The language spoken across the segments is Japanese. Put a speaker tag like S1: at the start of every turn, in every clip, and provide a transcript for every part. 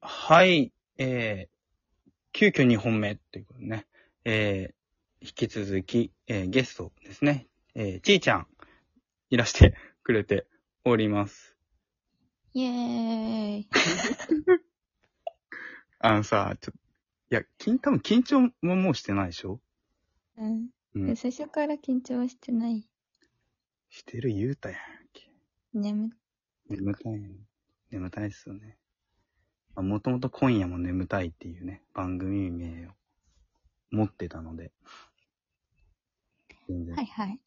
S1: はい、えー、急遽2本目ということでね、えー、引き続き、えー、ゲストですね、えー、ちーちゃん、いらしてくれております。
S2: イエーイ。
S1: あのさ、ちょ、いや、きん、多分緊張ももうしてないでしょ
S2: うん。
S1: うん。
S2: 最初から緊張はしてない。
S1: してる言うたやんけ。
S2: 眠
S1: 眠たいね。眠たいっすよね。まあ、もともと今夜も眠たいっていうね、番組名を持ってたので、全然
S2: はいはい。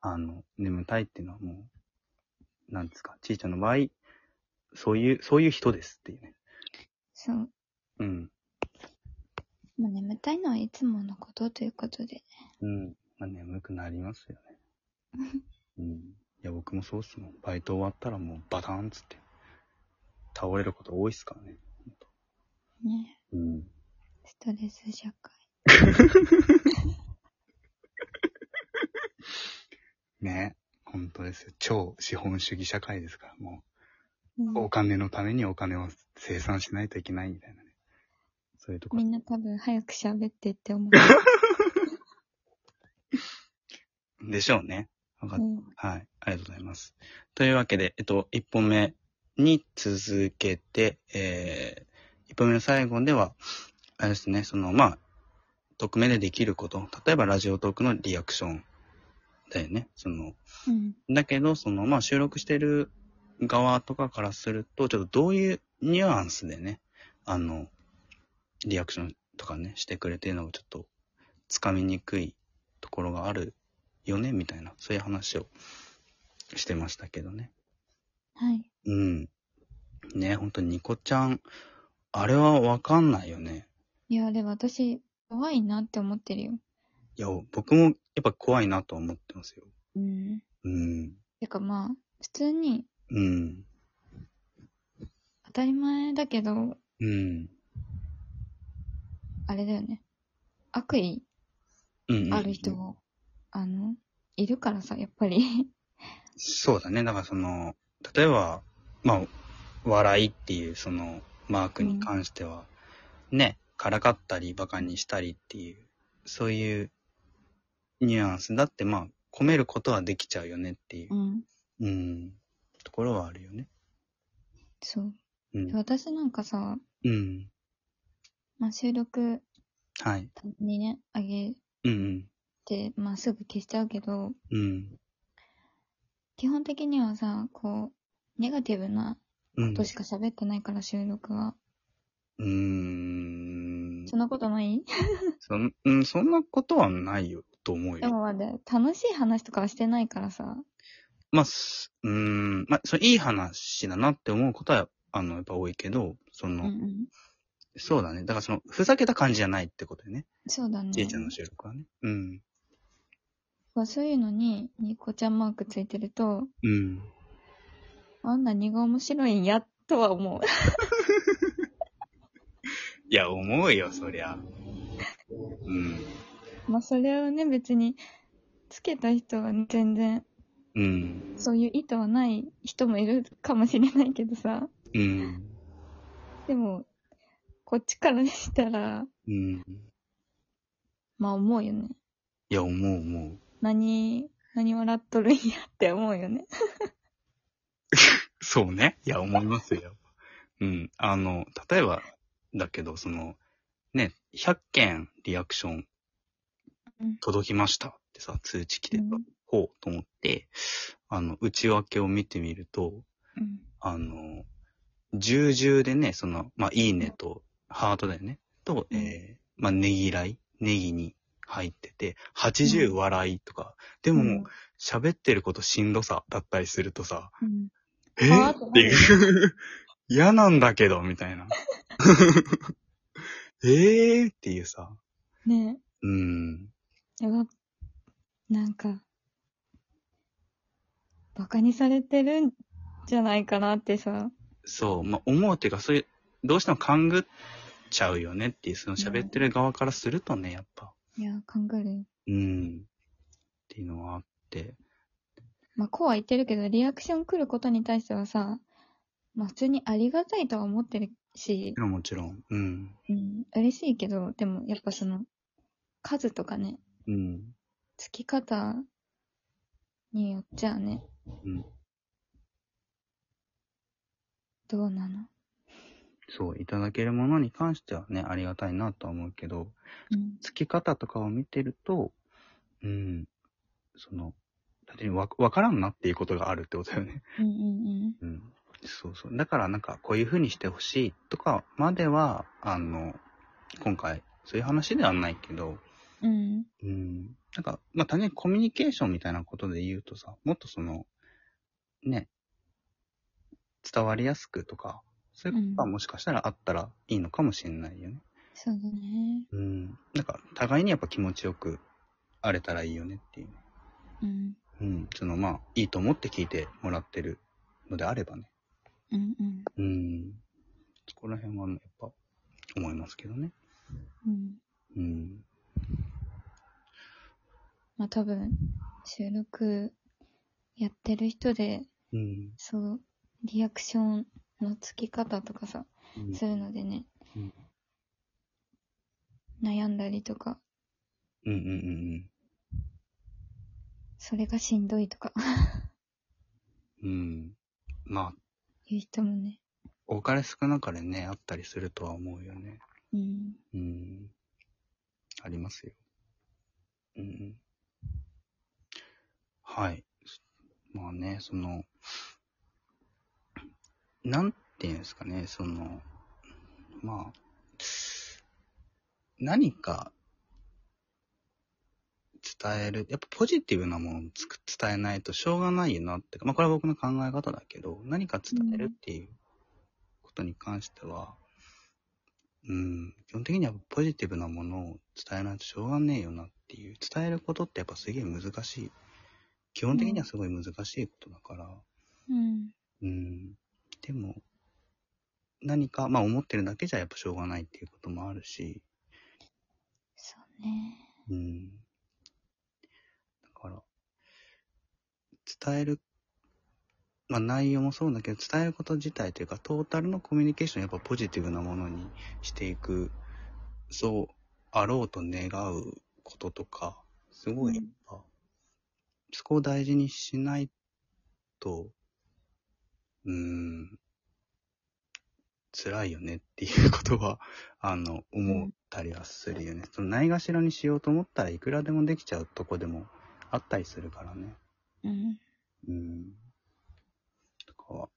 S1: あの、眠たいっていうのはもう、なんですか、ちいちゃんの場合、そういう、そういう人ですっていうね。
S2: そう。
S1: うん。
S2: まあ、眠たいのはいつものことということで。
S1: うん。まあ、眠くなりますよ ね。うん。いや、僕もそうっすもん。バイト終わったらもうバタンっつって、倒れること多いっすからね。
S2: ね。
S1: うん。
S2: ストレス社会。
S1: ね本当ですよ。超資本主義社会ですから、も
S2: うん
S1: う、お金のためにお金を生産しないといけないみたいなね。そういうとこ
S2: みんな多分早く喋ってって思う。
S1: でしょうね。わかっ
S2: うん
S1: はい。ありがとうございます。というわけで、えっと、1本目に続けて、えー、1本目の最後では、あれですね、その、まあ、匿名でできること。例えば、ラジオトークのリアクションだよね。その、
S2: うん。
S1: だけど、その、まあ、収録してる側とかからすると、ちょっとどういうニュアンスでね、あの、リアクションとかね、してくれてるのがちょっと、つかみにくいところがあるよね、みたいな、そういう話をしてましたけどね。
S2: はい。
S1: うん。ね、ほんと、ニコちゃん、あれはわかんないよね。
S2: いや、でも私、怖いなって思ってるよ。
S1: いや、僕もやっぱ怖いなとは思ってますよ。
S2: うん。
S1: うん。
S2: てかまあ、普通に、
S1: うん。
S2: 当たり前だけど、
S1: うん。
S2: あれだよね。悪意
S1: うん。
S2: ある人も、あの、いるからさ、やっぱり。
S1: そうだね。だからその、例えば、まあ、笑いっていうそのマークに関しては、ね、からかったり、バカにしたりっていう、そういうニュアンスだって、まあ、込めることはできちゃうよねっていう
S2: う、ん。
S1: うん、ところはあるよね。
S2: そう。
S1: うん。
S2: 私なんかさ、
S1: うん。
S2: まあ、収録
S1: はい。
S2: にね、あげ
S1: うん
S2: て、まあ、すぐ消しちゃうけど、
S1: うん。うん。
S2: 基本的にはさ、こう、ネガティブな
S1: う
S2: こ
S1: ん。
S2: としか喋ってないから、収録は。
S1: うーん
S2: そんなことない
S1: そん、うん、そんなことはないよ、と思う
S2: で
S1: よ。
S2: もまだ、楽しい話とかはしてないからさ。
S1: まあ、すうーん、まあ、それいい話だなって思うことは、あの、やっぱ多いけど、そ
S2: うん
S1: の、
S2: うん。
S1: そうだね。だからその、ふざけた感じじゃないってことよね。
S2: そうだね。
S1: ち、いちゃんの収録はね。うん。
S2: まあそういうのに、ニコちゃんマークついてると、
S1: うん。
S2: あんなにが面白いんや、とは思う。
S1: いや、思うよ、そりゃ。うん。
S2: まあ、それをね、別に、つけた人はね全然、
S1: うん。
S2: そういう意図はない人もいるかもしれないけどさ。
S1: うん。
S2: でも、こっちからしたら、
S1: うん。
S2: まあ思うよね。
S1: いや、思う、思う。
S2: 何、何笑っとるんやって思うよね。
S1: そうね。いや、思いますよ。うん。あの、例えば、だけど、その、ね、100件リアクション
S2: うん、
S1: 届きましたってさ、通知来て
S2: う
S1: た
S2: ん
S1: ほうと思って、あの、内訳を見てみると、
S2: うん。
S1: あの、重々でね、その、まあ、いいねと、ハートだよね。と、
S2: うん
S1: えー、まあ、ねぎらい、ネギに入ってて、80
S2: うん
S1: 笑いとか、で
S2: で
S1: も、、喋ってることしんどさだったりするとさ、
S2: うん。
S1: え
S2: あー
S1: ー
S2: って
S1: っていう、 嫌なんだけど、みたいな。 えーっていうさ、
S2: ね
S1: うん、
S2: え、うわ、なんか、バカにされてるんじゃないかなってさ。
S1: そう、まあ、思うっていうか、そういう、どうしても勘ぐっちゃうよねっていう、その喋ってる側からするとね、やっぱ、
S2: いや、考えるよ。
S1: うん。っていうのはあって。
S2: まあ、こうは言ってるけど、リアクション来ることに対してはさ、まあ普通にありがたいとは思ってるし、
S1: や、もちろん。うん。
S2: うん、嬉しいけど、でもやっぱその、数とかね、
S1: うん。
S2: つき方によっちゃね、
S1: うん。
S2: どうなの
S1: そう、いただけるものに関してはね、ありがたいなとは思うけど、
S2: うん。
S1: 付き方とかを見てると、うん、その、だってわ、わからんなっていうことがあるってことだよね。
S2: うんうん
S1: うん。そうそう。だからなんか、こういう風にしてほしいとかまでは、あの、今回、そういう話ではないけど、
S2: うん。うん。
S1: うん。なんか、まあ、単純にコミュニケーションみたいなことで言うとさ、もっとその、ね、伝わりやすくとか、そういうことはもしかしたらあったらいいのかもしれないよね。
S2: そうだね。
S1: うん。なんか、互いにやっぱ気持ちよく荒れたらいいよねっていう。
S2: うん。
S1: うん。その、まあ、いいと思って聞いてもらってるのであればね。
S2: うんうん。
S1: うん。そこら辺は、やっぱ、思いますけどね。
S2: うん。
S1: うん。
S2: まあ多分、収録やってる人で、
S1: うん。
S2: そう、リアクションのつき方とかさ、
S1: うん
S2: するのでね、
S1: うん
S2: 悩んだりとか、
S1: うんうんうん
S2: それがしんどいとか
S1: うん。うん。まあ、
S2: いう人もね、
S1: 多かれ少なかれね、あったりするとは思うよね。
S2: うん、
S1: うん。ありますよ。うんうん。はい。まあね、その、なんていうんですかね、その、まあ、何か伝える、やっぱポジティブなものをつく伝えないとしょうがないよなってか、まあこれは僕の考え方だけど、何か伝えるっていうことに関しては、うん、基本的にはポジティブなものを伝えないとしょうがねえよなっていう、伝えることってやっぱすげえ難しい。基本的にはすごい難しいことだから、
S2: うん、
S1: うん。でも、何か、まあ思ってるだけじゃやっぱしょうがないっていうこともあるし、
S2: そうね、
S1: うん。だから、伝える、まあ内容もそうだけど、伝えること自体というか、トータルのコミュニケーションをやっぱポジティブなものにしていく、そうあろうと願うこととか、すごいやっぱ、そこを大事にしないと、うーん、辛いよねっていうことは、 あの、思ったりはするよね。そのないがしろにしようと思ったらいくらでもできちゃうとこでもあったりするからね。
S2: うん、
S1: うん。とかは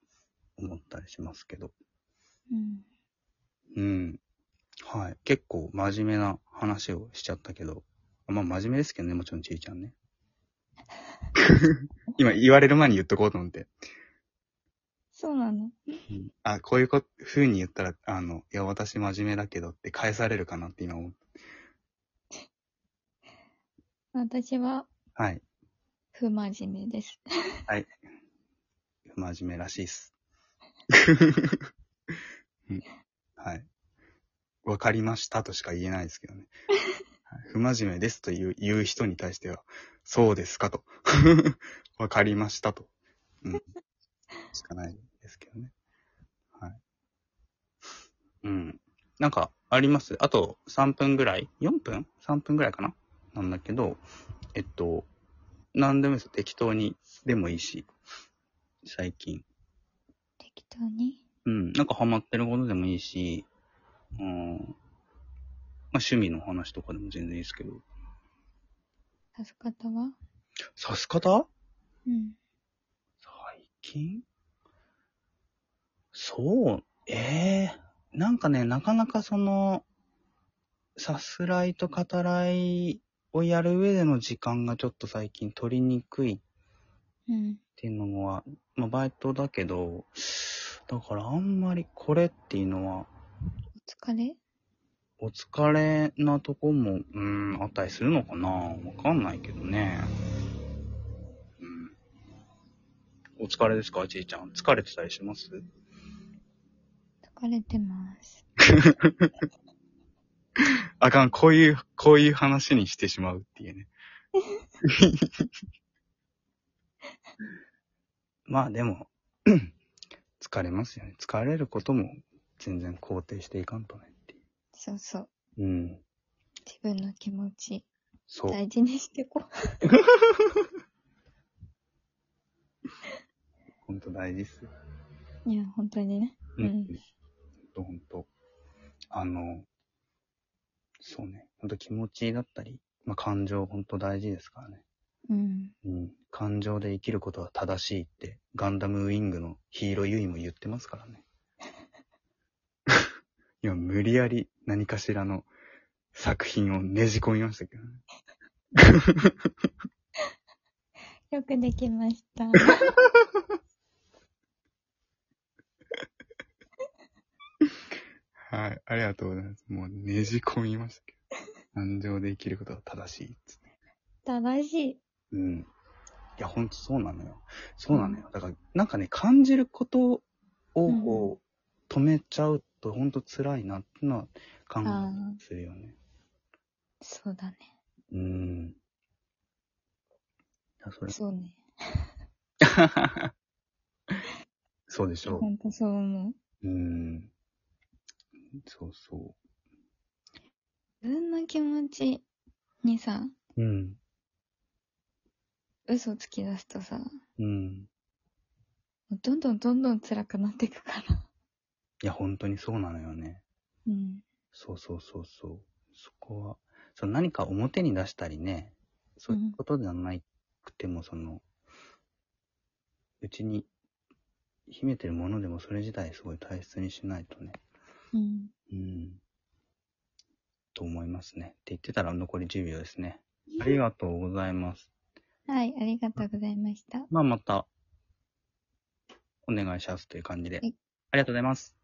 S1: 思ったりしますけど。
S2: うん、
S1: うん。はい。結構真面目な話をしちゃったけど。まあ真面目ですけどね、もちろんちいちゃんね。今言われる前に言っとこうと思って。
S2: そうなの、
S1: あ、こういうこ風に言ったら、あの、いや、私真面目だけどって返されるかなって今思っ
S2: 私は
S1: た。はい。
S2: 不真面目です。
S1: 真面目らしいっす。うんはい。わかりましたとしか言えないですけどね。はい不真面目ですという言う人に対しては、そうですかと。 わかりましたと。うん。しかないですけどね。はい。うん。なんか、ありますあと3分ぐらい ?4 分 ?3 分ぐらいかななんだけど、えっと、何でもいいです。適当にでもいいし、最近。
S2: 適当に、
S1: うん、なんかハマってることでもいいし、うん、まあ趣味の話とかでも全然いいですけど。
S2: 指す方は、
S1: 刺す方
S2: うん、
S1: 最近そう、ええなんかね、なかなかその、さすらいと語らいをやる上での時間がちょっと最近取りにくい
S2: うん、
S1: っていうのは、まあバイトだけど、だからあんまりこれっていうのは
S2: お疲れ
S1: お疲れなとこも、うん、あったりするのかなわかんないけどね。うん。お疲れですかちいちゃん。疲れてたりします
S2: 疲れてます。
S1: あかん、こういう、こういう話にしてしまうっていう ね。まあでも、 疲れますよね。疲れることも全然肯定していかんとねってい
S2: そうそう。
S1: う。うん。
S2: 自分の気持ち、
S1: そう。
S2: 大事にしてこ
S1: ほんと大事っすよ。
S2: う。 いや、本当にね。うん
S1: ほとほんと。あの、そうね。ほんと気持ちだったり、まあ、感情ほんと大事ですからね。
S2: うん。
S1: うん。感情で生きることは正しいって、ガンダムウィングのヒーローユイも言ってますから ね。今、無理やり何かしらの作品をねじ込みましたけどね。
S2: よくでき ました。
S1: はい。ありがとうございます。もうねじ込みましたけど。感情で生きることは正しいっつって。
S2: 正しい。
S1: うん。いや、ほんとそうなのよ。そうなのよ。だから、なんかね、感じることをこう、止めちゃうと、ほんと辛いなってのは考
S2: ああ
S1: え、するよね。
S2: そうだね。
S1: うん。いや、 それ。
S2: そうね。
S1: そうでしょ
S2: 本当そう思う。
S1: う。うん。そうそ
S2: 自分の気持ちにさ、
S1: う。うん。
S2: 嘘つき出すとさ、
S1: うん。
S2: どんどんどんどん辛くなっていくから。
S1: いや、本当にそうなのよね。
S2: うん。
S1: そうそうそうそう。そこは、その何か表に出したりね、そういうことじゃなくても、その、うちに秘めてるものでもそれ自体すごい大切にしないとね。
S2: うん。
S1: うん。と思いますね。って言ってたら残り10秒ですね。ありがとうございます。
S2: はい、ありがとうございました。
S1: まあまた、お願いしますという感じで。
S2: はい
S1: ありがとうございます。